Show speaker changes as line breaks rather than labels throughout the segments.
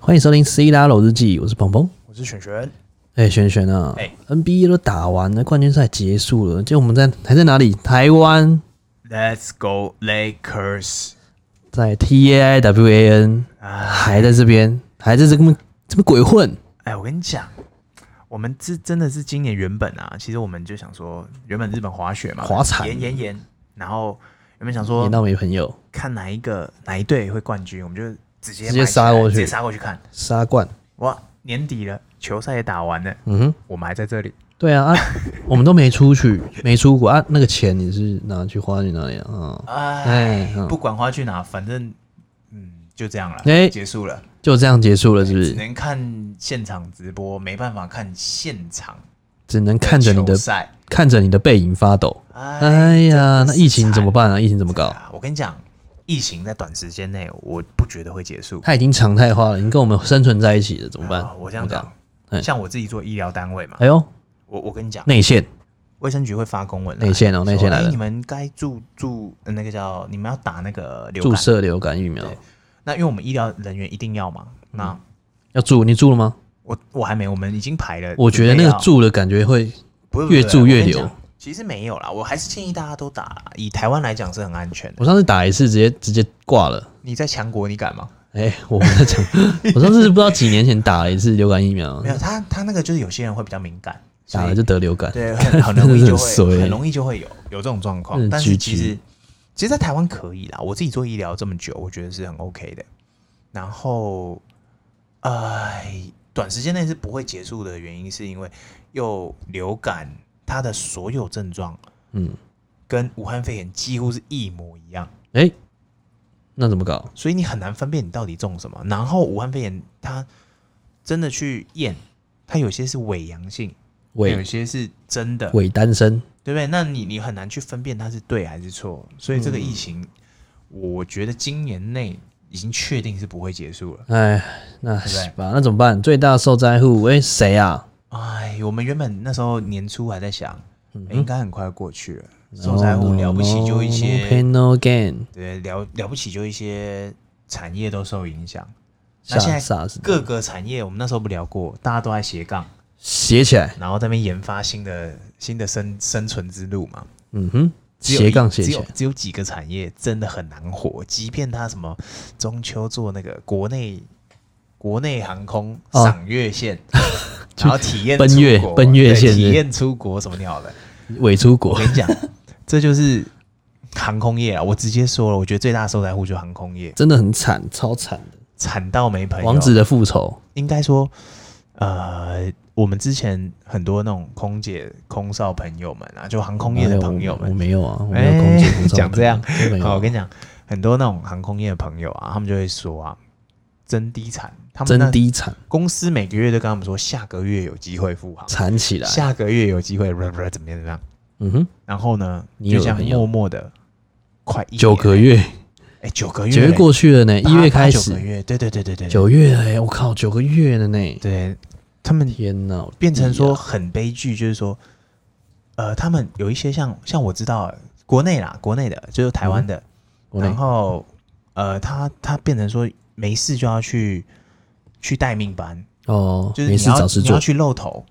欢迎收听《C 大楼日记》，我是鹏鹏。
我是璇璇，
哎、璇璇啊、
哎
n b a 都打完了，冠军赛结束了，就我们在还在哪里？台湾，
Let's go Lakers！
在 TAIWAN，还
啊
在这边，还在这边这边鬼混。
哎，我跟你讲，我们这真的是今年原本啊，其实我们就想说，原本日本滑雪嘛，
滑铲
延延延，然后原本想说
演到没朋友，
看哪一个哪一队会冠军，我们就直接
直接
买起
杀
来
过去
直接杀过去看。
杀冠。
哇，年底了，球赛也打完了，
嗯哼，
我们还在这里。
对啊，啊， 我们都没出去，没出国啊，那个钱你是拿去花去哪里啊？啊哎
哎
嗯，
不管花去哪，反正嗯，就这样了，
哎
结束了，
就这样结束了，是不
只
是？
能看现场直播，没办法看现场
只能看着你的
球赛。
看着你的背影发抖。
哎
哎呀，
真的
那
是
疫情怎么
惨
办啊？疫情怎么搞？
啊我跟你讲，疫情在短时间内，我不觉得会结束。
它已经常态化了，已经跟我们生存在一起了，怎么办？
啊我这样
怎么
讲
哎，
像我自己做医疗单位嘛
搞，哎呦，
我我跟你讲，
内线
卫生局会发公文来，
内线哦
说
内线来了
哎你们该注注呃那个叫你们要打那个流
注
感，
射流感疫苗
对那因为我们医疗人员一定要嘛。
嗯
那
要注，你注了吗？
我我还没，我们已经排了。
我觉得那
准备
个
要
注的感觉会，
不是
越
不是
注
我
越
跟你
流
讲其实没有啦，我还是建议大家都打啦。以台湾来讲是很安全的。
我上次打一次直接直接挂了。
你在强国，你敢吗？
哎、我们在讲， 我上次是不知道几年前打了一次流感疫苗
没，有，他他那个就是有些人会比较敏感，所
打
以
了就得流感。
对，很很容易
真的
就
很
会
衰
很容易就会有有这种状况
嗯。
但是
GG
其实其实，在台湾可以啦。我自己做医疗这么久，我觉得是很 OK 的。然后，哎，短时间内是不会结束的原因，是因为又流感它的所有症状
嗯，
跟武汉肺炎几乎是一模一样，
哎、那怎么搞？
所以你很难分辨你到底中什么。然后武汉肺炎它真的去验，它有些是伪阳性，有
伪
些是真的。
伪单身，
对不对？那你你很难去分辨它是对还是错，所以这
嗯
个疫情，我觉得今年内已经确定是不会结束了。
哎，那
对不对
是吧？那怎么办？最大受灾户，哎、谁啊？
哎，我们原本那时候年初还在想，诶应该很快过去了，
嗯
受
No,
灾
no,
户了不起就一
no pain
些，
no gain，
对，了了不起就一些产业都受影响。那
傻
现在
傻子
各个产业，我们那时候不聊过，大家都在斜杠，
斜起来，
然后在那边研发新的新的生生存之路嘛。
嗯哼，
只有
斜
一
杠斜
只
起
有
来，
只有几个产业真的很难火，即便它什么中秋做那个国内国内航空
哦
赏月线， 然后体验
奔月
出国
奔月
对
线是
体验出国什么鸟 的，
伪出国
我。跟你讲，这就是航空业啊！我直接说了，我觉得最大受灾户就是航空业，
真的很惨，超惨的。
惨到没朋友。
王子的复仇，
应该说，呃，我们之前很多那种空姐、空少朋友们啊，就航空业的朋友
哎
们
我，我没有啊，我没有空姐
哎
空少
讲这样
朋友，没有
好，我跟你讲，很多那种航空业的朋友啊，他们就会说啊，真低产，他们
真
那
低惨，
公司每个月都跟他们说，下个月有机会复航，
惨起来。
下个月有机会，不不怎么样怎么样。
嗯哼，
然后呢，
你
就
有
这样
朋友
默默的快一年
九个，月，
哎，九个月
九月
嘞，
过去了呢，
八
一月
八
开
九个
始，
月，对对对对对，
九月了耶，我靠，九个月了呢。
对，他们
天哪，我
变成
弟
说
啊
很悲剧，就是说，呃，他们有一些像像我知道国内啦，国内的就是台湾的，
国内
然后呃，他他变成说没事就要去去待命班，
哦，
就是
没
你
事
要
找事
你要
做，
去露头，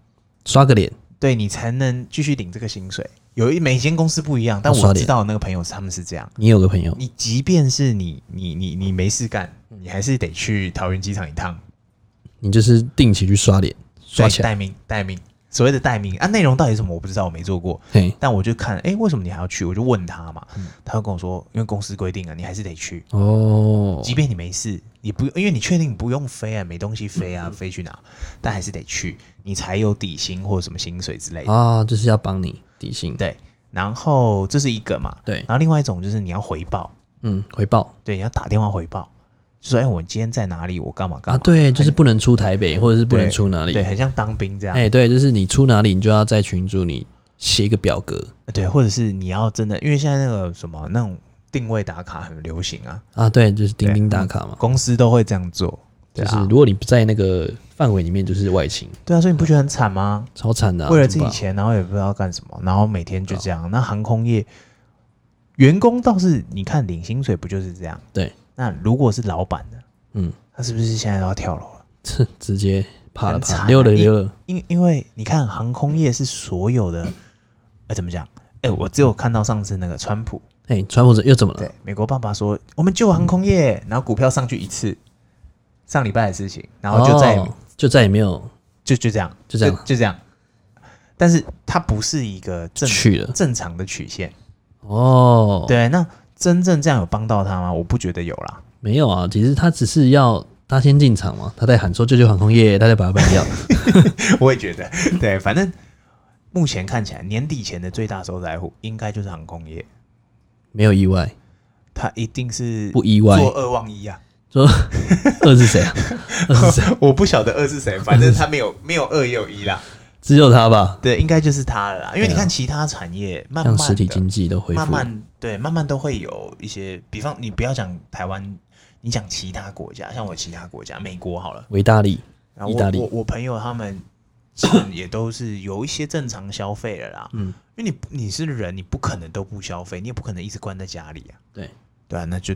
刷个脸，
对你才能继续领这个薪水。有一每间公司不一样，但
要刷
我
脸
知道的那个朋友他们是这样。
你有个朋友，
你即便是你你你你没事干，你还是得去桃园机场一趟，
你就是定期去刷脸，刷
对
起来。
待命待命。所谓的待命啊，内容到底是什么我不知道，我没做过。
嘿，
但我就看，哎、为什么你还要去？我就问他嘛，
嗯
他就跟我说，因为公司规定啊，你还是得去，
哦，
即便你没事，你不，因为你确定你不用飞啊，没东西飞
嗯
啊，飞去哪？但还是得去，你才有底薪或者什么薪水之类的。
啊，就是要帮你底薪，
对，然后这是一个嘛，
对
然后另外一种就是你要回报，
嗯，回报
对，你要打电话回报，就说，哎、我今天在哪里，我干嘛干
啊，
嘛？
对，就是不能出台北，或者是不能
对
出哪里，
对，很像当兵这样，
哎、对，就是你出哪里，你就要在群组里写一个表格
对，或者是你要真的，因为现在那个什么那种定位打卡很流行啊，
啊，对，就是钉
对嗯
钉打卡嘛，
公司都会这样做，对
就
啊
是如果你不在那个范围里面就是外勤，
对啊，所以你不觉得很惨吗？
超惨的啊、
为了自
怎么
己
办，啊
钱，然后也不知道干什么，然后每天就这样。那航空业员工倒是你看领薪水不就是这样？
对。
那如果是老板的，
嗯，
他是不是现在都要跳楼了？
这直接怕了
很惨
怕，
啊
溜了
你
溜了，
因因为你看航空业是所有的，呃，怎么讲？哎、我只有看到上次那个川普，
哎，川普这又怎么了？
对，美国爸爸说我们救航空业，
嗯
然后股票上去一次，上礼拜的事情，然后就再也、
哦就再也没有
就就这样，
就这样
就这样。但是它不是一个正
去了
正常的曲线，
哦。，
对，那真正这样有帮到他吗？我不觉得有啦。
没有啊，其实他只是要他先进场嘛，他在喊说救救航空业，他在把它办掉。
我也觉 得，对，反正目前看起来，年底前的最大受灾户应该就是航空业，
没有意外，
它一定是
不意外
做二忘一啊。
说 二是谁啊？二是谁？
我不晓得二 是谁，反正他没有没有二也有一啦。
只有他吧，
对，应该就是他了啦。因为你
对啊
看其他产业，慢
像
慢的
实体经济都恢复了，
慢慢对，慢慢都会有一些，比方你不要讲台湾，你讲其他国家，像我其他国家，美国好了，
维大利
然后
意大
我
利
我我朋友他们钱也都是有一些正常消费了啦，
嗯，
因为你你是人，你不可能都不消费，你也不可能一直关在家里啊，
对，
对啊，那就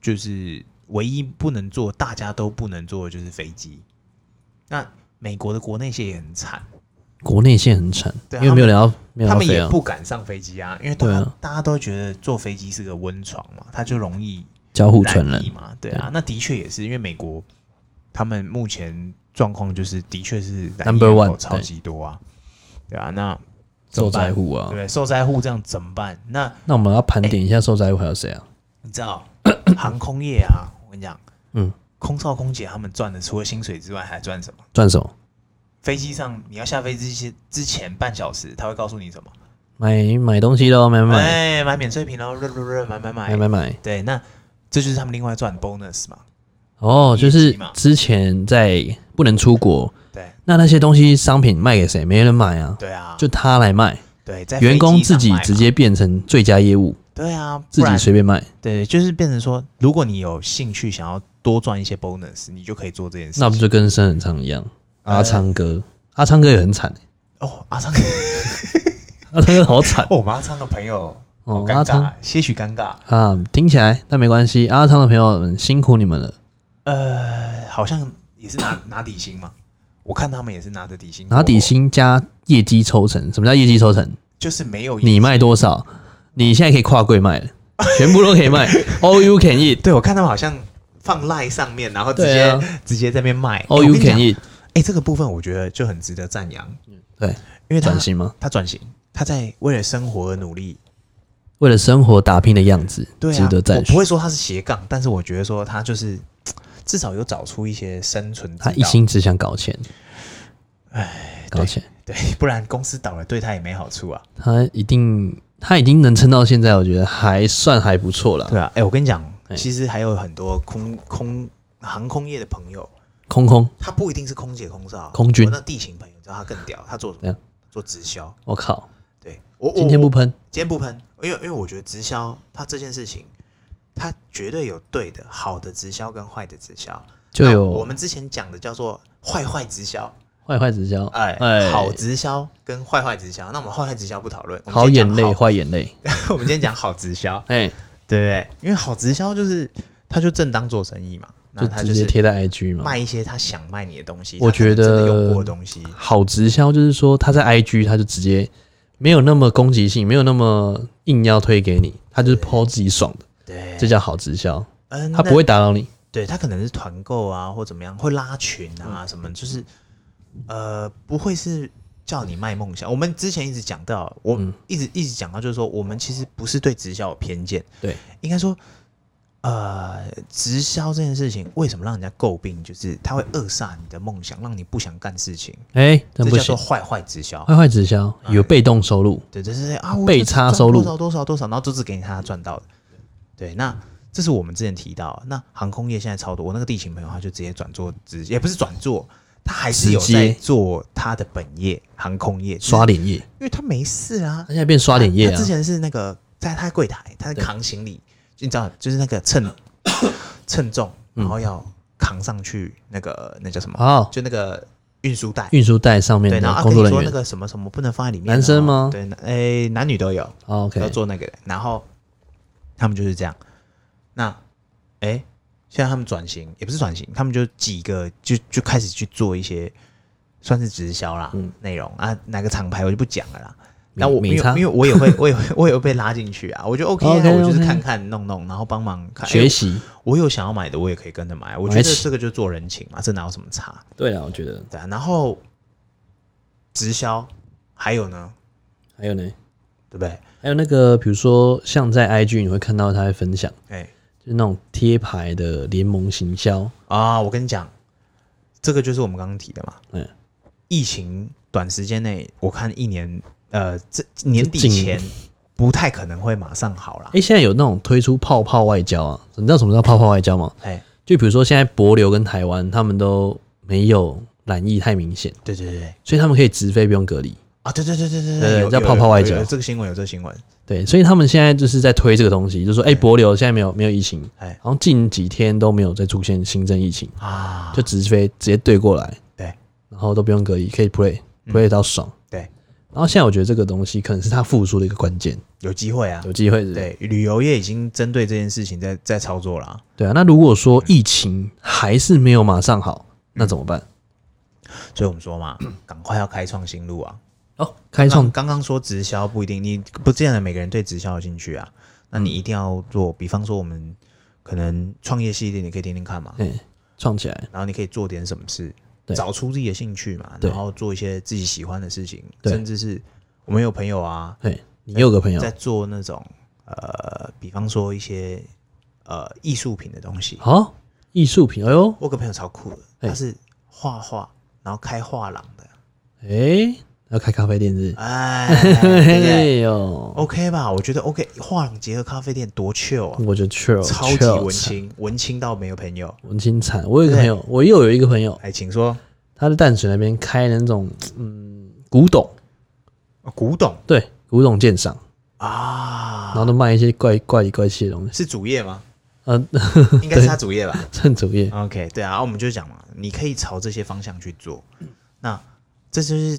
就是唯一不能做，大家都不能做的就是飞机。那美国的国内线也很惨，
国内线很惨，
对啊
因为没有人要没有
他
人要
们
飞
也
啊，
不敢上飞机啊，因为大家、
对啊
大家都觉得坐飞机是个温床嘛，它就容易
交互传染
疫，嘛，对啊，那的确也是因为美国他们目前状况就是的确是染疫
Number one，
人口超
对
级多啊，对啊，那怎
受
么办
灾户啊。
对受灾户这样怎么办？那
那我们要盘点一下受灾户还有谁啊？
你 知道航空业啊，我跟你讲，
嗯，
空少空姐他们赚的除了薪水之外还赚什么？
赚手
飞机上你要下飞机之之前半小时，他会告诉你什么？
买买东西喽，买买
哎，买免税品喽，买买
买买
买
买买。
对，那这就是他们另外赚的 bonus 嘛。
哦，就是
业绩嘛
之前在不能出国，
对
那那些东西商品卖给谁？没人买啊，
对啊，
就他来卖，
对，在
员工
飞机
自
上
己
买嘛
直接变成最佳业务，
对啊，
自
不然
己随便卖，
对，就是变成说，如果你有兴趣想要多赚一些 bonus，你就可以做这件事情。
那不就跟生很长一样？
呃
阿昌哥，阿昌哥也很惨，
哦，阿昌，
阿昌哥好惨
哦，我们阿昌的朋友好
哦，
尴
阿昌
尬，些许尴尬。
啊，听起来但没关系，阿昌的朋友们辛苦你们了，
呃，好像也是拿 拿底薪嘛，我看他们也是拿着底薪，
拿底，薪加业绩抽成，什么叫业绩抽成？
就是没有
你卖多少，你现在可以跨柜卖了，全部都可以卖，all you can eat，all
对我看他们好像放赖上面，然后直
对
接、
啊
直接在那边卖。哎
you
我跟你
can
讲
eat，
哎、这个部分我觉得就很值得赞扬，
对，
因为他
转型吗？
他转型，他在为了生活而努力，
为了生活打拼的样子，
对啊，
值得
我
赞
不
许。
会说他是斜杠，但是我觉得说他就是至少有找出一些生存之道
他一心只想搞钱，哎，搞钱，
对，不然公司倒了对他也没好处啊。
他一定，他已经能撑到现在，我觉得还算还不错了。
对啊，哎、我跟你讲，
哎
其实还有很多空空航空业的朋友，
空空，
他不一定是空姐空少，啊
空军
我那地勤朋友，你知道他更屌，他做什
怎
么
样？
做直销。
我靠，
对我我
今天不喷，
今天不喷，因为因为我觉得直销它这件事情，它绝对有对的好的直销跟坏的直销，
就
那
有
我们之前讲的叫做坏坏直销。
坏坏直销，
哎，好直销跟坏坏直销，那我们坏坏直销不讨论，我们
好
今天
眼
讲
泪，哦
好。
坏眼泪，
我们今天讲好 直销，
哎，
对不对？因为好直销就是他就正当做生意嘛， 那
就
他
直
是
接贴在 IG 嘛
卖。一些他想卖你的东西，
我
他可能
觉
真的
得
用过的东西，
好直销就是说他在 IG 他就直接没有那么攻击性，没有那么硬要推给你，他就是 PO 自己爽的，
对，
这叫好直销，
嗯，
他
那
不会，打扰你。
对他可能是团购啊或怎么样，会拉群
嗯
啊什么，就是呃不会是。叫你卖梦想，我们之前一直讲到，我
嗯
一直一直讲到，就是说，我们其实不是对直销有偏见，
对，
应该说，呃，直销这件事情为什么让人家诟病？就是它会扼杀你的梦想，让你不想干事情，
哎，
这
真不
叫
行
做，哎坏坏直销。
坏坏直销有被动收入，
对，这是啊，我
被
就是
差
赚
收入
多少多少多少，然后就只给你他赚到的。对，那这是我们之前提到，那航空业现在超多，我那个地勤朋友他就直接转做直，也不是转做，他还是有
直接
在做他的本业，航空业，
刷
就是
脸业，
因为他没事啊
他，现在变刷脸业
他
啊
之，前是那个在他
嗯
柜台，他在扛行李，你知道，就是那个称称重，然后要扛上去那个那叫什么？
哦
就那个运输带。
运输带上面
对，然
的
后啊
工
跟
作
你
人
说那
员。
个什么什么不能放在里面哦。
男生吗
对，哎，男女都有。
哦 OK，
要做那个的。然后他们就是这样。那哎、诶现在他们转型也不是转型，他们就几个就就开始去做一些算是直销啦，
嗯
内容啊，哪个厂牌我就不讲了啦。
没
那我
没
因为
差
因为我也会， 我也会，我也会被拉进去啊，我觉得 OK 啊
OK，OK
我就是看看弄弄，然后帮忙看。诶
学习。
我有想要买的，我也可以跟着买。啊我觉
买
得
起
这个就做人情嘛，这哪有什么差？
对了，我觉得
对啊。然后直销还有呢，
还有呢，
对不对？
还有那个，比如说像在 IG 你会看到他会分享，
哎、
就是那种贴牌的联盟行销，
啊，我跟你讲，这个就是我们刚刚提的嘛。
嗯，
疫情短时间内，我看一年，呃，这年底
这近
前不太可能会马上好啦
哎、。现在有那种推出泡泡外交啊，你知道什么叫泡泡外交吗？
哎、
就比如说现在博流跟台湾他们都没有染疫太明显，
对对对对
所以他们可以直飞不用隔离。
啊，对对对对对
对
有
叫
有
泡泡
有
外
有
交
有这个新闻有这个新闻，
对，所以他们现在就是在推这个东西，就说哎、诶博流现在没有没有疫情，
哎
然后近几天都没有再出现新增疫情，
啊，
就直飞直接对过来，
对
然后都不用隔离，可以 play
嗯
play 到爽。
对，
然后现在我觉得这个东西可能是他复苏的一个关键，
有机会啊
有。机会是
对，旅游业已经针对这件事情在在操作啦。
对啊。那如果说疫情还是没有马上好，那怎么办？
所以我们说嘛， 赶快要开创新路啊。
哦，开
刚
创
刚刚说直销不一定，你不见得每个人对直销有兴趣啊。那
嗯
你一定要做，比方说我们可能创业系列，你可以听听看嘛。
哎创起来，
然后你可以做点什么事，
对
找出自己的兴趣嘛，
对
然后做一些自己喜欢的事情，
对
甚至是我们有朋友啊，
哎，你有个朋友
在做那种呃，比方说一些呃艺术品的东西。
好艺术品，哎呦，
我有个朋友超酷的，
嘿
他是画画，然后开画廊的，
哎，要开咖啡店是不是？
哎，对哦不对
哎呦，
？OK 吧？我觉得 OK，画廊结合咖啡店多 chill 啊！
我觉得 chill，
超级
chill
文青，文青到没有朋友。
文青惨。我有一个朋友，我又有一个朋友，
哎，请说，
他在淡水那边开那种嗯古董，
哦古董
对，古董鉴赏，然
啊，
后都卖一些怪怪里怪气的东西。
是主业吗？
嗯，
应该是他主业吧
趁主业，
？OK，对啊，我们就讲嘛，你可以朝这些方向去做。那这就是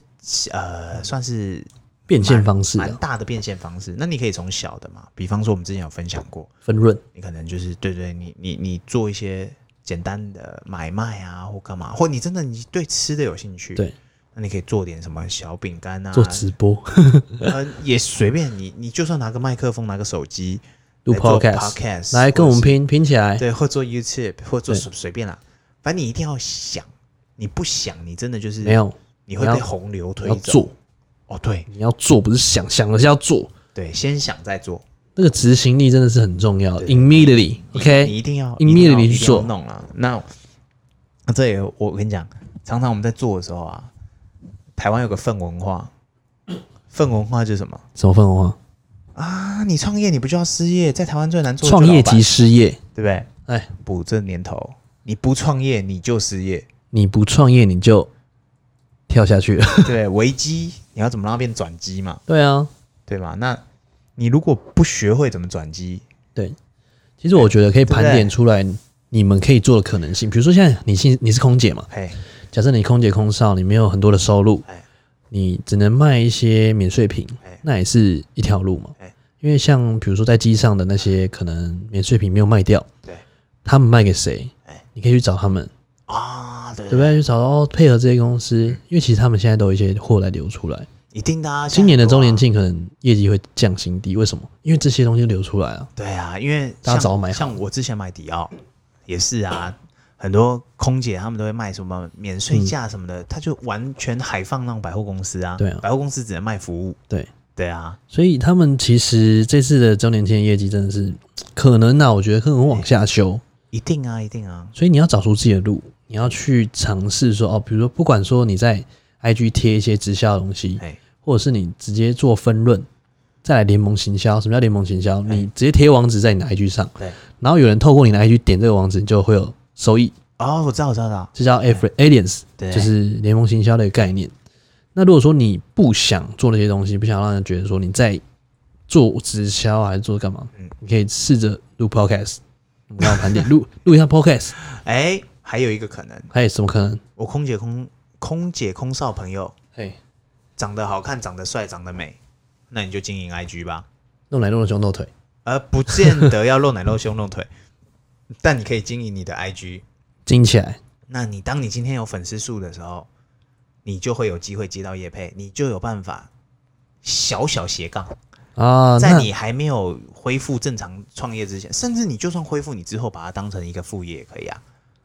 呃，算是
变现方式
蛮
啊，
大的变现方式。那你可以从小的嘛，比方说我们之前有分享过，
分润，
你可能就是对对，你你你做一些简单的买卖啊，或干嘛，或你真的你对吃的有兴趣，
对，
那你可以做点什么小饼干啊，
做直播，
呃，也随便你，你就算拿个麦克风，拿个手机
录
来做
podcast，
podcast，
来跟我们
或者
拼拼起来
是，对，或做 YouTube，或做
对
随随便啦，反正你一定要想，你不想，你真的就是
没，有
你会
你要
被洪流推
要
走。
做，
哦，对
你要做不是想，想的是要做，
对，先想再做
那个执行力真的是很重要
对对你你
，immediately，OK，
一定要
一
一定要
面
一
去
定要
做
弄了。那那这也我跟你讲，常常我们在做的时候啊，台湾有个粪文化，粪文化就是什么
什么分红啊？
啊？你创业你不就要失业？在台湾最难做的
创
就是
业
老板
即失业，
对不对？
哎，
补这年头，你不创业你就 失业，
你不创业你就跳下 去了，
对危机，你要怎么让它变转机嘛，
对啊，
对吧？那你如果不学会怎么转机，
对，其实我觉得可以盘
对不对
点出来你们可以做的可能性，比如说现在你现你是空姐嘛，
嘿，
假设你空姐空少，你没有很多的收入
哎，
你只能卖一些免税品
哎，
那也是一条路嘛
哎。
因为像比如说在机上的那些可能免税品没有卖掉，
对
他们卖给谁
哎？
你可以去找他们，
啊，对
对不对？去找哦，配合这些公司，因为其实他们现在都有一些货来流出来。
一定的啊。
今年的周年
现在
庆可能业绩会降新低，为什么？因为这些东西流出来了。
很多啊，对啊，因为
大家
像
早买好
像我之前买迪奥也是啊，很多空姐她们都会卖什么免
嗯
税价什么的，她就完全海放让百货公司啊，
对啊
百货公司只能卖服务，
对，
对啊，
所以他们其实这次的周年庆的业绩真的是可能啊呐、我觉得可能往下修。
一定啊，一定啊，
所以你要找出自己的路，你要去尝试说哦，比如说不管说你在 IG 贴一些直销的东西，
哎，
或者是你直接做分论，再来联盟行销。什么叫联盟行销？你直接贴网址在你的 IG 上，
对，
然后有人透过你的 IG 点这个网址，你就会有收益，
哦，我知道，我知道我知道，
这叫 a f f i l i a n c e
对
就是联盟行销的一个概念。那如果说你不想做那些东西，不想让人觉得说你在做直销还是做干嘛，
嗯
你可以试着录 podcast。我们要盘点，录录一下 podcast，
哎，还有一个可能，
哎，怎么可能？
我空姐空空姐空少朋友
嘿，
长得好看、长得帅、长得美，那你就经营 IG 吧，
弄来弄去胸斗腿，
而不见得要露奶、露胸、露腿， 但你可以经营你的 IG。
精起来，
那你当你今天有粉丝数的时候，你就会有机会接到业配，你就有办法小小斜杠，
啊，
在
那
你还没有恢复正常创业之前，甚至你就算恢复，你之后把它当成一个副业也可以啊。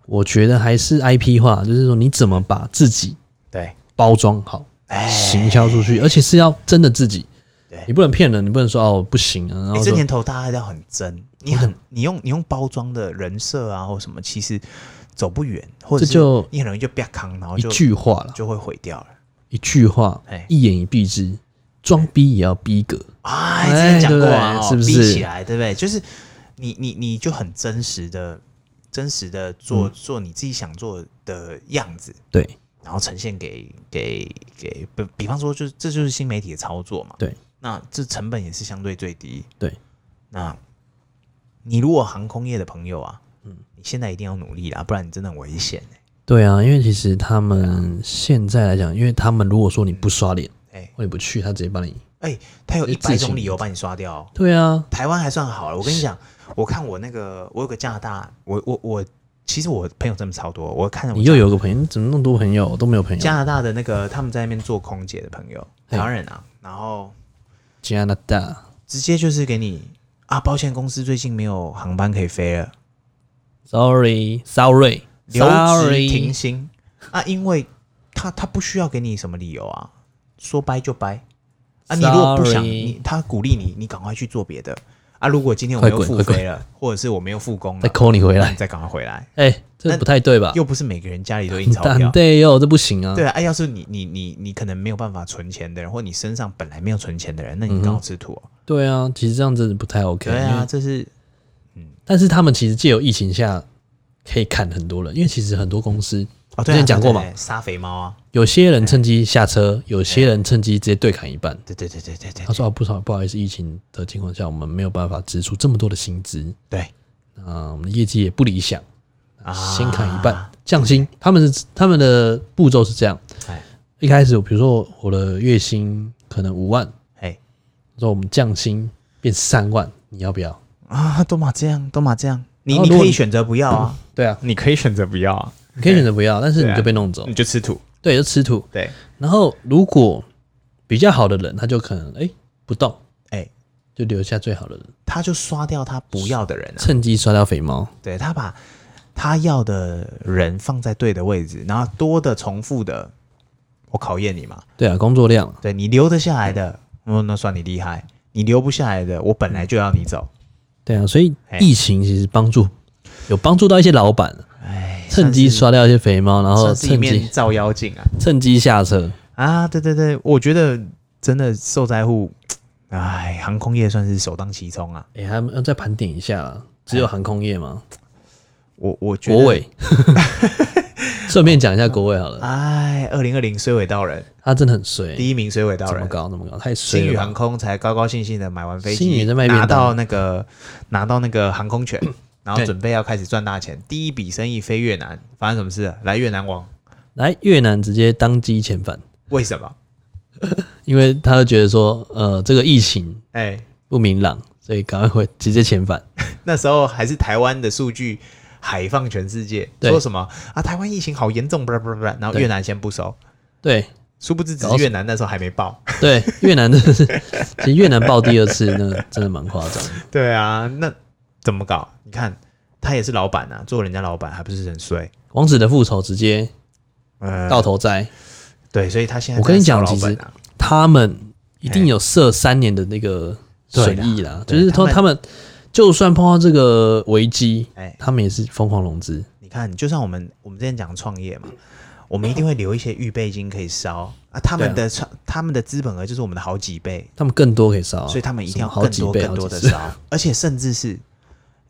我觉得还是 IP 化，就是说你怎么把自己
对，
包装好，
哎
行销出去，而且是要真的自己
对，
你不能骗人，你不能说哦不行啊，然
你
后啊
这
说
年头大家要很真，你很你用你用包装的人设啊或什么，其实走不远，或者
这
是
就
你很容易就被坑，然后
一
就
句话了，
就会毁掉了。
一句话
哎，
一言以蔽之，装逼也要逼格，
啊，之前讲过啊，
哎对不对
哦
是不
逼
是
起来，对不对？就是你你你就很真实的、真实的做、
嗯
做你自己想做的样子，
对
然后呈现给给给，比比方说就是这就是新媒体的操作嘛。
对，
那这成本也是相对最低。
对，
那你如果航空业的朋友啊，嗯，你现在一定要努力啦，不然你真的很危险欸
对啊，因为其实他们现在来讲，因为他们如果说你不刷脸
哎、
或你不去，他直接帮你，
哎、他有
就
一
自行
百种理由把你刷掉哦、
对啊，
台湾还算好了。我跟你讲，我看我那个，我有个加拿大，我我我，其实我朋友真的超多。我看我
你又有个朋友，你怎么那么多朋友都没有朋友？
加拿大的那个他们在那边做空姐的朋友，
嘿
台湾人啊，然后
加拿大，
直接就是给你啊，保险公司最近没有航班可以飞了，
Sorry，Sorry，
留职停
Sorry，
薪啊，因为他他不需要给你什么理由啊，说掰就掰啊，你如果不想，
Sorry
你他鼓励你，你赶快去做别的啊。如果今天我没有
快滚
复
快滚
飞了，或者是我没有复工
再
了，
扣你回
那你
来。
再赶快回来。
哎，这不太对吧？
又不是每个人家里 都印钞
但
票。
对哟，这不行啊。
对啊，哎、要是你你你你可能没有办法存钱的人，或你身上本来没有存钱的人，那
嗯
你刚好吃土、哦。
对啊，其实这样真的不太 OK。
对
因
啊，
为，
这是
但是他们其实借由疫情下可以砍很多人，因为其实很多公司
哦，
之
对啊，
前讲过
对
嘛，
对对杀肥猫啊，
有些人趁机下车，有些人趁机直接对砍一半。
对对对对对对
他说啊，不少不好意思，疫情的情况下，我们没有办法支出这么多的薪资，
对
啊、我们的业绩也不理想，
啊，
先砍一半，降薪。他们是他们的步骤是这样，
哎
一开始比如说我的月薪可能五万，
哎
说我们降薪变三万，你要不要？
啊，都嘛这样，都嘛这样，你
然后
你
如果
可以
你
选择不要啊，
对啊，
你可以选择不要啊，
你可以选择不要，但是你就被弄走，
你就吃土。
对，就吃土。
对，
然后如果比较好的人，他就可能哎、不动，
哎、
就留下最好的人，
他就刷掉他不要的人啊，
趁机刷掉肥猫。
对他把他要的人放在对的位置，然后多的重复的，我考验你嘛。
对啊，工作量
对你留得下来的，哦，那算你厉害；你留不下来的，我本来就要你走。
对啊，所以
哎
疫情其实帮助有帮助到一些老板，
哎，
趁机
算
刷掉一些肥猫，然
是
后
算是一
趁
面
机
照妖镜啊！
趁机下车。
啊，对对对，我觉得真的受灾户，哎，航空业算是首当其冲啊。
哎、他们要再盘点一下啦，只有航空业吗？
我我觉
哎国
得，
伟，顺便讲一下国伟好了，
哎，二零二零水尾道人，
他真的很衰，
第一名水尾道
哎怎么
人。
搞怎么搞，太
星
衰
宇
了
航
吧。
空才高高兴兴的买完飞
星宇
机，
在卖便当
拿到那个拿到那个航空权，然后
啊对
准备要开始赚大钱。第一笔生意飞越南，发生什么事啊了？来越南王，
来越南直接当机遣返，
为什么？
因为他就觉得说，呃，这个疫情
哎、
不明朗，所以赶快回直接遣返。
那时候还是台湾的数据海放全世界，
对
说什么啊台湾疫情好严重，不啦不啦不啦，然后
对
越南先不收，
对
殊不知只
搞
是
死
越南那时候还没报。
对，越南真的是，其实越南报第二次，那真的蛮夸张的。
对啊，那怎么搞？你看他也是老板啊，做人家老板还不是很衰？
王子的复仇直接
呃，
到头栽，
对，所以他现在
我跟你讲
在烧老板啊，
他们一定有设三年的那个损益啦，就
哎对啦
是说
对
他们就算碰到这个危机，
哎
他们也是疯狂融资。
你看，就像我们我们之前讲创业嘛，我们一定会留一些预备金可以烧啊，他们
对
的创、他们的资本额就是我们的好几倍，
他们更多可以烧啊、
所以他们一定
什
要
么好
更
几
多
倍、
更多的
好几次。
烧，而且甚至是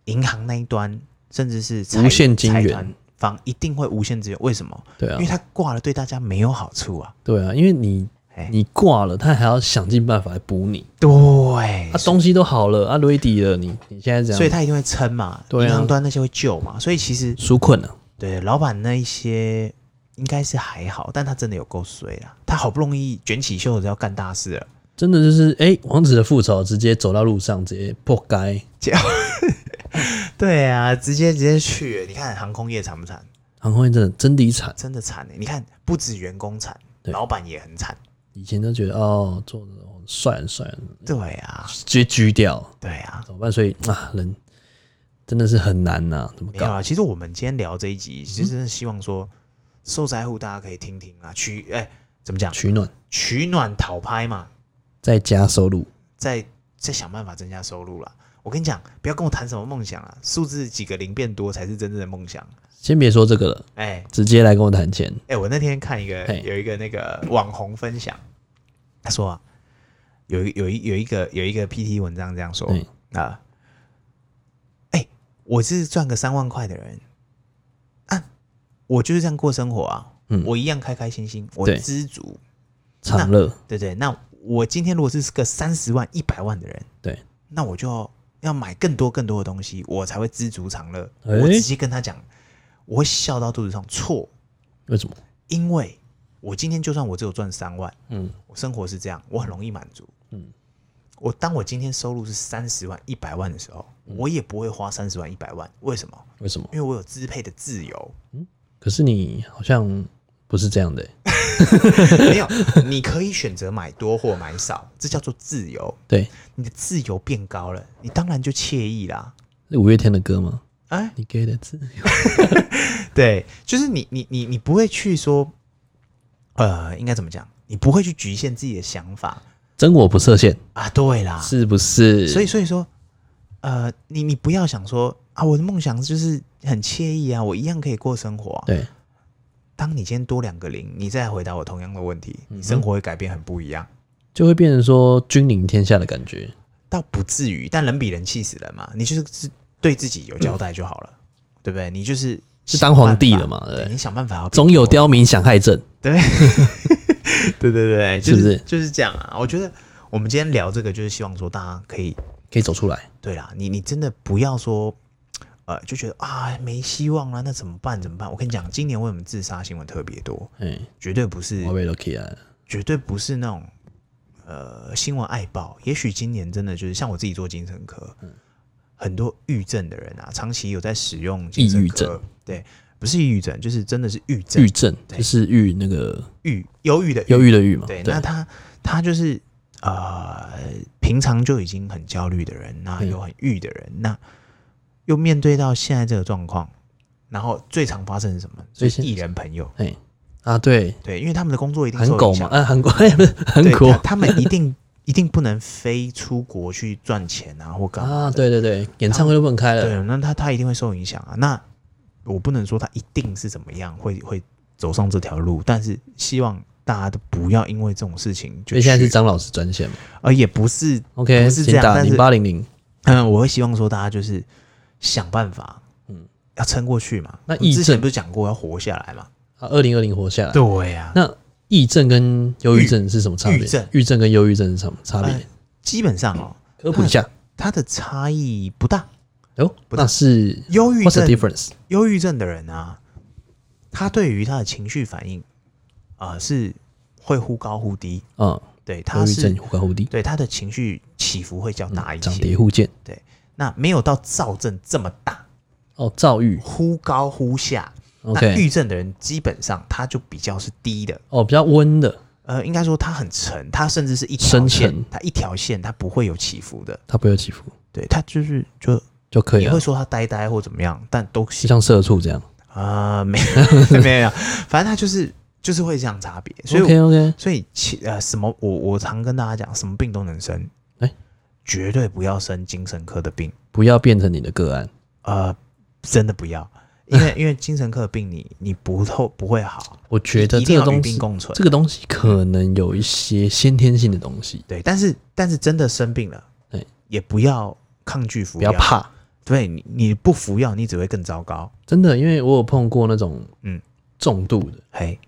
银行那一端，甚至是财
无限金
财
源
团方一定会无限资源。为什么？
对
因
啊
为，它挂了对大家没有好处啊。
对啊，因为你
哎
你挂了，他还要想尽办法来补你。
对，哎
啊，东西都好了，啊 ready 了，你你现在这样，
所以它一定会撑嘛，
对啊
银行端那些会救嘛。所以其实
纾困了、啊
对，老板那一些应该是还好，但他真的有够衰啦。他好不容易卷起袖子要干大事了，
真的就是哎、王子的复仇直接走到路上，直接破街。
对啊，直接直接去了。你看航空业惨不惨？
航空业真的真的惨，
真的惨哎、你看不止员工惨，
对
老板也很惨。
以前都觉得哦，做的很帅很帅，
对啊，
直接狙掉
对啊，
怎么办？所以啊，人真的是很难呐、怎么
没有
搞？
啊。其实我们今天聊这一集，其实真的希望说，受灾户大家可以听听啊，取哎、怎么讲，
取暖
取暖讨拍嘛，
再加收入，
再再想办法增加收入啦。我跟你讲，不要跟我谈什么梦想啊，数字几个零变多才是真正的梦想。
先别说这个了，
哎、
直接来跟我谈钱。
哎、我那天看一个
嘿
有一个那个网红分享，他说啊，有一有一有一个有一个 PT 文章这样说
对
啊，哎、我是赚个三万块的人啊，我就是这样过生活啊，
嗯
我一样开开心心，我
对
知足，
长乐
对不对？那我今天如果是个三十万、一百万的人，
对，
那我就要买更多更多的东西，我才会知足常乐。
哎
我直接跟他讲，我会笑到肚子痛，错。
为什么？
因为我今天就算我只有赚三万，
嗯，
我生活是这样，我很容易满足。
嗯，
我当我今天收入是三十万、一百万的时候，
嗯
我也不会花三十万、一百万。为什么？
为什么
因？为我有支配的 自由。
可是你好像不是这样的欸、
没有，你可以选择买多或买少，这叫做自由。
对，
你的自由变高了，你当然就惬意啦。
是五月天的歌吗？
哎，
你给的字，
对，就是你你你你不会去说，呃，应该怎么讲？你不会去局限自己的想法
真我不设限，
啊。对啦，
是不是？
所以所以说，呃，你你不要想说啊，我的梦想就是很惬意啊，我一样可以过生活、啊。
对，
当你今天多两个零，你再回答我同样的问题，
嗯
你生活会改变很不一样，
就会变成说君临天下的感觉。
倒不至于，但人比人气死人嘛，你就是自对自己有交代就好了，对不对？你就是
是
想
当皇帝嗯
办
了
法
嘛对不
对
对
你想办法要变
总有
多啊
刁民想害朕，
对对对，
是
就
不是
就是这样啊？我觉得我们今天聊这个，就是希望说大家可以
可以走出来。
对啦，你你真的不要说，呃，就觉得啊没希望了，那怎么办？怎么办？我跟你讲，今年为什么自杀新闻特别多？
哎，
绝对不是
我，被 lucky 啊！
绝对不是那种呃新闻爱爆。也许今年真的就是像我自己做精神科，
嗯
很多郁症的人啊，长期有在使用精神
抑郁
科
症，
对，不是抑郁症，就是真的是郁症
郁，症
对
就是郁那个
郁忧郁的郁
忧郁的郁嘛。
对，
对，
那他他就是呃，平常就已经很焦虑的人，那
嗯
又很郁的人，那又面对到现在这个状况，然后最常发生是什么？
所以
就是
现
艺人朋友，
哎啊，对，
对，因为他们的工作一定
韩
受
狗
影
嘛，
响，
啊，韩国 不是韩
对他
国
他们一定 一定不能飞出国去赚钱啊，或干嘛
啊，对对对，演唱会都不能开了，
对，那他他一定会受影响啊。那我不能说他一定是怎么样会会走上这条路，但是希望大家都不要因为这种事情
所
就
以现在是
去
张老师专线嘛。
呃，也不是
OK，
不是
请
这样
打
但是
零八零零。
嗯，我会希望说大家就是想办法，
嗯
嗯，要撑过去嘛。
那
我
抑
之
症
前不是讲过要活下来嘛？
啊，二零二零活下来。
对呀、
那抑症跟忧郁症是什么差别
郁症？
郁症跟忧郁症是什么差别
呃？基本上哦，
科普一下。
它的差异不大。
哦，
不大
那是
忧郁
What's the
症，
difference？
忧郁症的人啊，他对于他的情绪反应啊、呃是会忽高忽低，
啊，
对，
忧
他
郁症嗯
是
忽高忽低，
对他的情绪起伏会较大一
涨
些。
跌互见。
那没有到躁症这么大，
哦，躁郁。
忽高忽下。那
OK，
郁症的人基本上他就比较是低的，
哦，比较温的，
呃，应该说它很沉，它甚至是一条
深
线
沉，
它一条线，它不会有起伏的。
它不会有起伏
对，它就是就
就可以
也
了
会，说它呆呆或怎么样，但都
啊就是像社畜这样。
啊、没有没有，反正它就是就是会这样差别。所以
OK OK，
所以其呃什么我我常跟大家讲，什么病都能生，
哎
绝对不要生精神科的病，
不要变成你的个案。
呃，真的不要，因为因为精神科的病你你不透不会好，
我觉得
一
这
定
个
要与
东
病
西，
共存
这。个东西可能有一些先天性的东西，
对，但是但是真的生病了，
对，
也不要抗拒服
不要
药，
怕。
对你，你不服药，你只会更糟糕。
真的，因为我有碰过那种嗯
嗯
重度的，
嘿，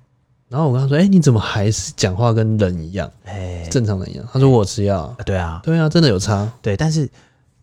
然后我跟他说：“哎、你怎么还是讲话跟人一样，
哎，
正常人一样？”他说：“我吃药啊。
啊对啊”，
对啊，真的有差。
对，但是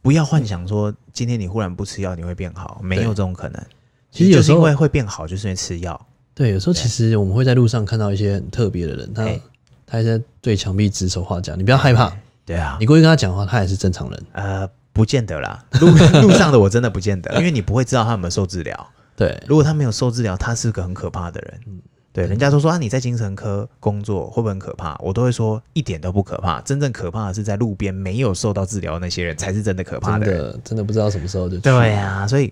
不要幻想说今天你忽然不吃药你会变好，没有这种可能。
其实有
就是
时
因
候
为会变好，就是因为吃药。
对，有时候其实我们会在路上看到一些很特别的人，他
哎
他在对墙壁指手画脚，你不要害怕，
对啊
你，过去跟他讲话，他也是正常人。
呃，不见得啦，路 路上的我真的不见得，因为你不会知道他有没有受治疗。
对，
如果他没有受治疗，他是个很可怕的
嗯
人。对，人家都说啊，你在精神科工作会不会很可怕？我都会说一点都不可怕，真正可怕的是在路边没有受到治疗的那些人才是真的可怕
真
的人。
的真的不知道什么时候就去
对啊呀、所以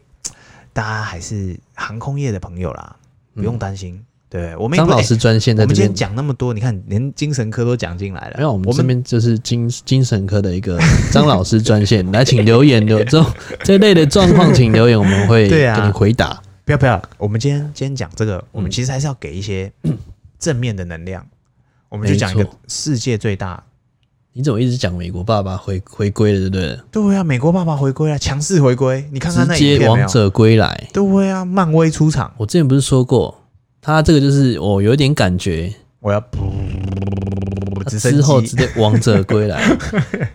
大家还是航空业的朋友啦，不用担心。对我们
嗯
也
张
不
老
哎
师专线在
我
这
们今
边
天，讲那么多，你看连精神科都讲进来了。
没有我们
我
这边就是精精神科的一个张老师专线， 来请留言的这种这类的状况，请留言，我们会
对啊
给你回答。
不要不要，我们今天今天讲这个，
嗯
我们其实还是要给一些正面的能量。我们就讲一
没
个
错
世界最大。
你怎么一直讲美国爸爸回回归了，对不对？
对啊，美国爸爸回归啊，强势回归。你看看那
直
影
接
片没
王
有？
者归来。
对啊，漫威出场，
我之前不是说过，他这个就是我有点感觉，
我要
他
直升机
呃之后直接王者归 来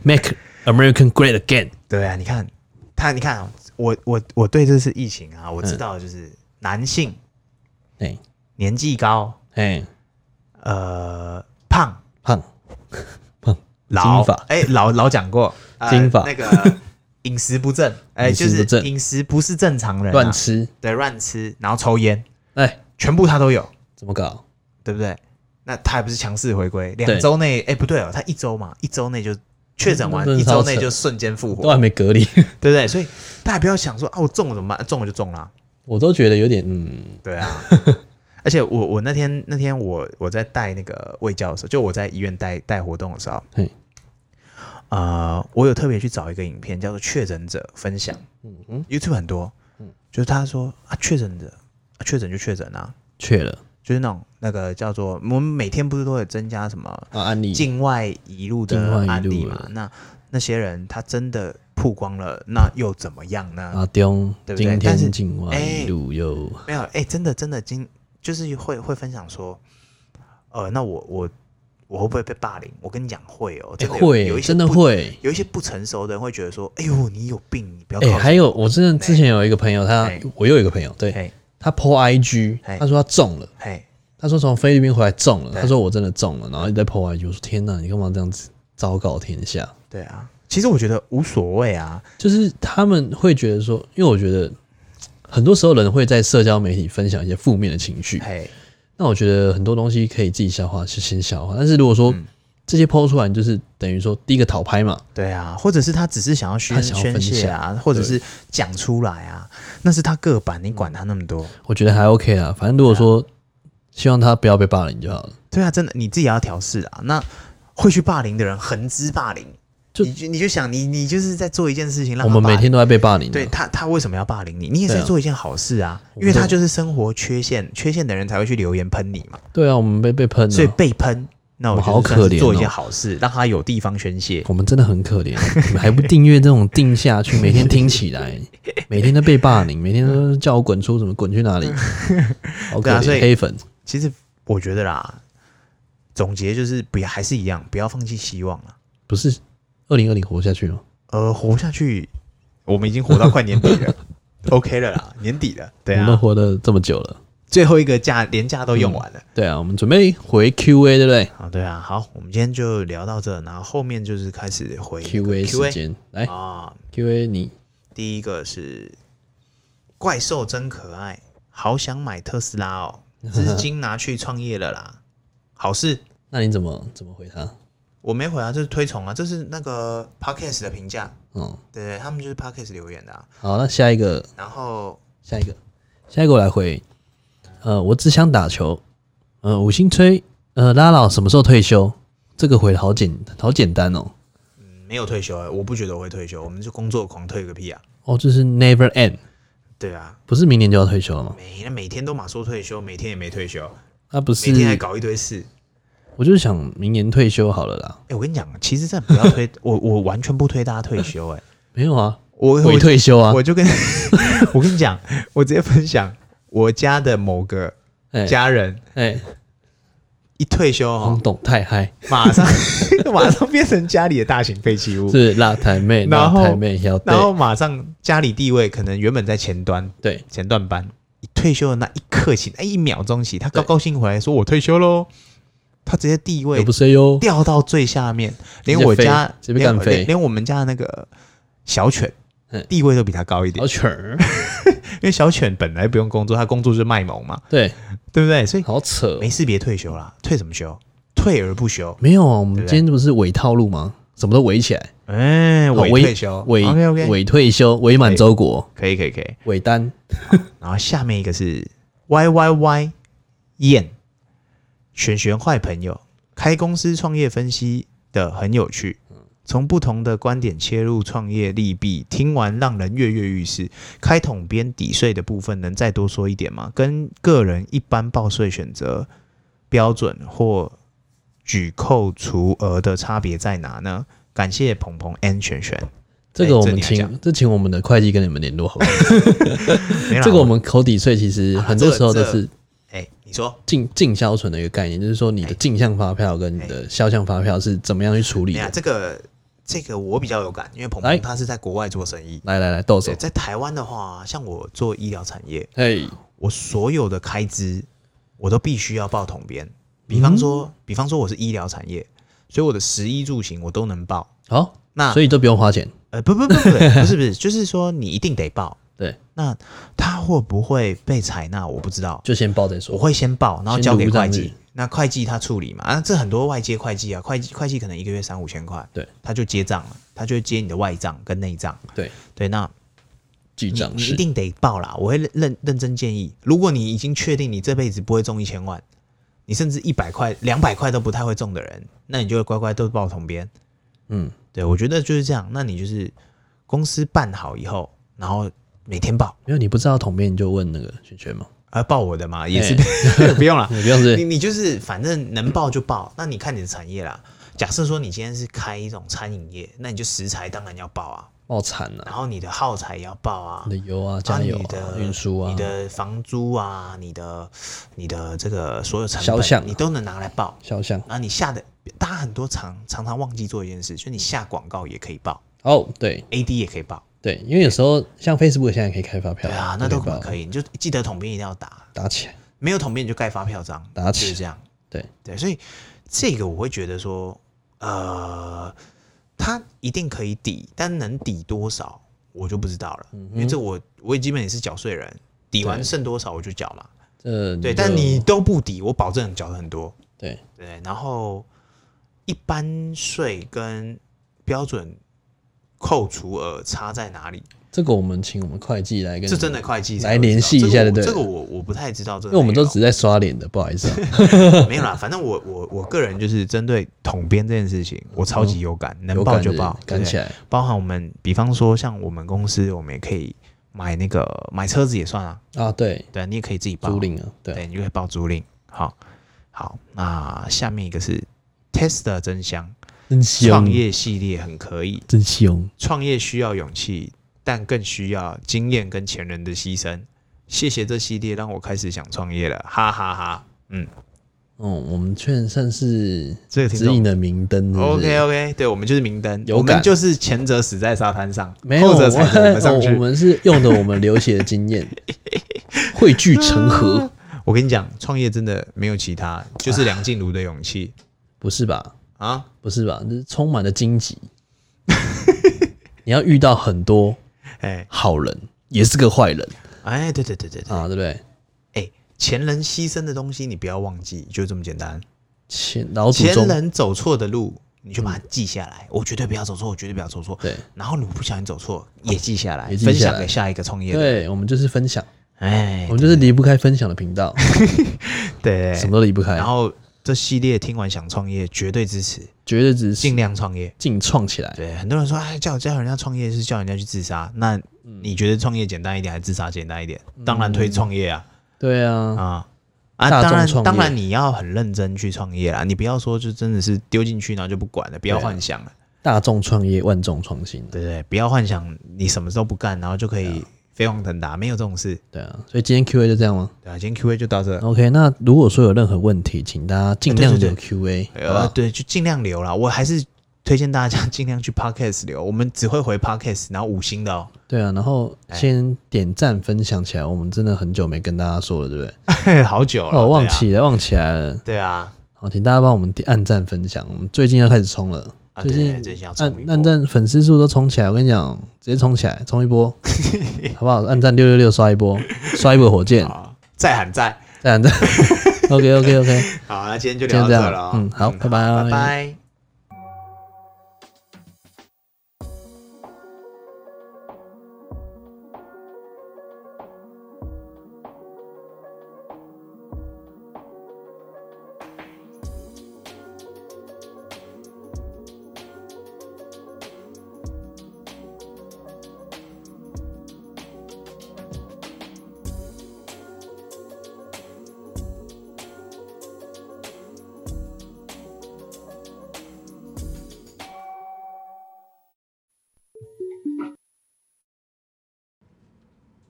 ，Make American Great Again。
对啊，你看他，你看啊我我我对这次疫情啊，我知道就是男性
哎
年纪高，
哎，
呃，胖
胖
老
金发，
哎、老老讲过，呃
金发
那 个饮食不正，哎、
饮
就
食不
是
正
饮食不是正常人、啊，
乱吃，
对，乱吃，然后抽烟，
哎，
全部他都有，
怎么搞？
对不对？那他还不是强势回归？
对
两周内，哎，不对哦，他一周嘛，一周内就确诊
那
完，
真
嗯一
的超
周内
扯
就瞬间复
都
活，
还没隔离，
对不对？所以大家不要想说啊，我中了怎么办？中了就中了啊、
我都觉得有点嗯，
对 啊，而且我我那天那天我我在带那个卫教的时候，就我在医院带带活动的时候
嘿，
呃，我有特别去找一个影片叫做《确诊者分享》，嗯嗯，YouTube 很多，嗯，就是他说啊，确诊者，啊确诊就确诊啊，
缺了
就是那种那个叫做我们每天不是都有增加什么
啊，案例
境外移入
境外
的
移
案例
入
嘛
了？
那那些人他真的曝光了，那又怎么样呢？
阿东
对不对
啊今
但是
天境外
哎
一路又
没有，哎、真的真的今就是会会分享说，呃，那我我我会不会被霸凌？我跟你讲会哦，
哎
真的有有
会
一些
真的
不，
会
有一些不成熟的人会觉得说，哎呦，你有病，你不要靠
哎，
近。
还有我真的之前有一个朋友，他
哎
我又有一个朋友，对
嘿
他 po IG，
哎
他说他中了。
嘿，
他说从菲律宾回来中了，
对
他说我真的中了，然后一直在破坏，我说天哪，你干嘛这样子昭告天下？
对啊，其实我觉得无所谓啊，
就是他们会觉得说，因为我觉得很多时候人会在社交媒体分享一些负面的情绪，
嘿，
那我觉得很多东西可以自己消化，是先消化。但是如果说、
嗯
这些抛出来，你就是等于说第一个讨拍嘛，
对啊，或者是他只是想要宣
他想要
宣
分
泄
享
啊，或者是讲出来啊，那是他个版，你管他那么多。
我觉得还 OK 啦。反正如果说、
啊
希望他不要被霸凌就好了，
对啊，真的你自己要调试啊。那会去霸凌的人，横之霸凌，
就
你就你就想你你就是在做一件事情让
我
他
们
霸
每
凌
天都在被霸凌啊。
对他，他为什么要霸凌你？你也是在
对啊
做一件好事啊，
我
因为
们
他
都
就是生活缺陷，缺陷的人才会去留言喷你嘛，
对啊，我们被被喷
所以
了，
被喷，那我
我
觉得
好
算是
可怜
做一
哦
件好事，让他有地方宣泄。
我们真的很可怜，啊 你们还不订阅这种定下去，每天听起来，每天都被霸凌，每天都叫我滚出什么滚去哪 里，好可
对啊所以
怜，黑粉。
其实我觉得啦，总结就是不要，还是一样，不要放弃希望了。
不是二零二零活下去吗？
呃，活下去，我们已经活到快年底 了，OK 了啦，年底了，对
我们都
啊，
活得这么久了。
最后一个假连假都用完了。
对啊，我们准备回 Q&A，对不对
好，嗯对啊，好，我们今天就聊到这，然后后面就是开始回
？Q&A 时
Q&A
间，来
啊，
Q&A 你
第一个是怪兽真可爱，好想买特斯拉 哦，资金拿去创业了啦，好事。
那你怎么怎么回他？
我没回啊，这是推崇啊，这是那个 podcast 的评价，
嗯，
对对，他们就是 podcast 留言的、啊。
好，那下一个，
然后
下一个，下一个我来回。呃，我只想打球。呃，五星吹，呃，拉老什么时候退休？这个回的好简，好简单哦。
嗯没有退休、欸，我不觉得我会退休，我们就工作狂退个屁啊！
哦，就是 never end，
对啊，
不是明年就要退休了吗？
每每天都嘛说退休，每天也没退休，
那、不是
每，天还搞一堆事。
我就是想明年退休好了啦。
哎、我跟你讲，其实真的不要推， 我我完全不推大家退 休、欸，哎，
没有啊，
我
回
我
退休啊。
我就跟 我跟你讲，我直接分享我家的某个
哎
家人
哎，
一退休
黄
哦，
董太嗨，
马上 马上变成家里的大型废弃物，
是辣台妹，
然
辣
后
台妹要对
然后马上家里地位可能原本在前端
对
前段班，一退休的那一刻起，那一秒钟起，他高高兴兴回来说：“我退休喽。”他直接地
也
位
不是哟，
掉到最下面，
接
连我家
飞直接被
连
干飞
连连我们家的那个小犬
嗯
地位都比他高一点
好，蠢儿，
因为小犬本来不用工作，他工作就是卖萌嘛，
对，
对不对？所以
好扯哦。
没事别退休啦，退什么休？退而不休，
没有啊，我们
对不对
今天不是伪套路吗？什么都围起来，
哎，
哦
伪
伪
退休，
伪
OK OK，
伪退休，伪满洲国，
可以可以可以。
伪单，
然后下面一个是 Y Y Y 燕，璇璇坏朋友，开公司创业分析的很有趣，从不同的观点切入创业利弊，听完让人跃跃欲试。开桶边抵税的部分能再多说一点吗？跟个人一般报税选择标准或举扣除额的差别在哪呢？感谢鹏鹏 and 璇璇，
这个我
哎这
们
你来
请
讲
这请我们的会计跟你们联络好不好？
没啦
这个我们口底税其实
啊
很多时候都
这
是
哎、你说
进进销存的一个概念，就是说你的进项发票跟你的销项发票是怎么样去处理
哎呀，
的。哎
这个这个我比较有感，因为鹏
来
鹏他是在国外做生意。
来来来，豆手
对，，在台湾的话，像我做医疗产业，
嘿，
我所有的开支我都必须要报统编。比方说，
嗯
比方说我是医疗产业，所以我的食衣住行我都能报。
好，
那
所以都不用花钱。
呃，不不不不，不不是不是，就是说你一定得报。
对，
那他会不会被采纳，我不知道。
就先报再
我
说。
会先报，然后
先
交给
读账
会
日
计，那会计他处理嘛。啊，这很多外接会计啊，会计会计可能一个月三五千块，
对，
他就结账了，他就会接你的外账跟内账。
对，
对，那
记
你
账
你一
是
定得报啦，我会认认认真建议，如果你已经确定你这辈子不会中一千万，你甚至一百块、两百块都不太会中的人，那你就会乖乖都报统编。
嗯，
对，我觉得就是这样。那你就是公司办好以后，然后每天报，
因为你不知道统编，你就问那个圈圈嘛，
啊，报我的嘛， 也是、不用啦，
你不用是
你你就是反正能报就报，那你看你的产业啦。假设说你今天是开一种餐饮业，那你就食材当然要报啊，
爆惨了
然，后你的耗材也要报啊
你，的油啊、
然
加
后
油
你
啊、
的
运输啊
你、的房租啊，你的你的这个所有成
销项啊
本，你都能拿来报。
肖像。
然后你下的，大家很多常常常忘记做一件事，就是你下广告也可以报
哦，对
，AD 也可以报，
对，因为有时候像 Facebook 现在可以开发票，
对啊，那都
可以报
可以，你就记得统编一定要打，
打起来。
没有统编你就盖发票章，
打
就
起
是这样。
对
对，所以这个我会觉得说，呃，它一定可以抵，但能抵多少我就不知道了，因为这我我也基本也是缴税人，抵完
嗯对
剩多少我就缴嘛。
呃，
对，
就
但你都不抵，我保证缴的很多。
对
对，然后一般税跟标准扣除额差在哪里？
这个，我们请我们会计来跟
这
你
真的会计才
来
会知
联
道
系一
这个
下
我
就对
这
了
个我我不太知道这
因
个内容，
为我们都只在刷脸的，不好意思啊。
没有啦，反正我我我个人就是针对统编这件事情，我超级有感，能
嗯有
报
感
就
人
报，对
赶
不
起
对
来。
包含我们，比方说像我们公司，我们也可以买那个买车子也算啊，
啊！对，
对，你也可以自己报
租，赁啊，对啊，
对，你就可以报租赁。好，好，那下面一个是 Tesla 真香，
真
创
凶，
业系列很可以，
真凶。
创业需要勇气，但更需要经验跟前人的牺牲。谢谢这系列让我开始想创业了，哈哈哈嗯，
嗯，我们确实算是
这个听
指
众
引的明灯是不是
OK OK，对我们就是明灯，
有
我们
感
就是前者死在沙滩上，
没有，
后者踩着我们上
我我
去。
们 是用的我们流血的经 验汇聚成河，
我跟你讲，创业真的没有其他，就是梁静茹的 勇气
不是吧？
啊！
不是吧？这是充满了荆 棘。你要遇到很多
哎
好人，也是个坏人
哎，对对对对对，
啊，对不对？
哎，前人牺牲的东西你不要忘记，就这么简单。
前老祖
前
宗，
人走错的路，你就把它记下来，我绝对不要走错，我绝对不要走错。
对
然后你不小心走错，也记下来，
也记
分
下
享
来
给下一个创业的。
对我们就是分享，
哎
我，们就是离不开分享的频道，
对，
什么都离不开
然，后这系列听完想创业，绝对支持，
绝对只是
尽量创业。
劲创起来。
对，很多人说，哎，叫叫人家创业是叫人家去自杀，那
嗯
你觉得创业简单一点，还是自杀简单一点？当然推创业啊，
对啊，
啊啊！
嗯大众
当然
创业，
当然你要很认真去创业啦，你不要说就真的是丢进去然后就不管了，不要
对啊
幻想了，
大众创业，万众创新。
对不对？不要幻想你什么时候不干，然后就可
啊
以飞黄腾达，没有这种事。
对啊，所以今天 Q&A 就这样吗？
对啊，今天 Q A 就到这。
OK，那如果说有任何问题，请大家尽量
哎对
留
对
Q&A，好不
呃，
好？
对，就尽 量 留啦。我还是推荐大家尽量去 podcast 留，我们只会回 podcast，然后五星的哦。
对啊，然后
哎
先点赞分享起来，我们真的很久没跟大家说了，对不对？
好久了，
哦，忘
对啊
记了，忘起来了。
对啊，
好，请大家帮我们点按赞分享，我们最近要开始冲了，
啊
最
对
近
对最近要
按
冲一波
按赞粉丝数都冲起来，我跟你讲，直接冲起来，冲一 波，好不好？按赞六六六刷一波，刷一波火箭，
好，再喊再，
再 按赞。OK OK OK，
好，那今天就
今天
聊到
这样
这了哦，
嗯好拜拜
拜拜。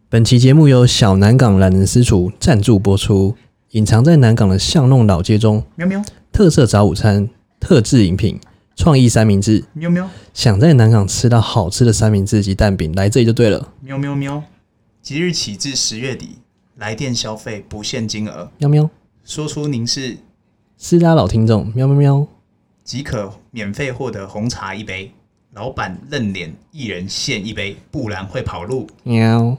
本期节目由小南港懒人私厨赞助播出。隐藏在南港的巷弄老街中，
喵喵
特色早午餐、特制饮品、创意三明治，
喵喵
想在南港吃到好吃的三明治及蛋饼，来这里就对了。
喵喵喵，即日起至十月底，来电消费不限金额，
喵喵，
说出您是
斯拉老听众，喵喵喵。
即可免费获得红茶一杯，老板认脸，一人限一杯，不然会跑路。
喵。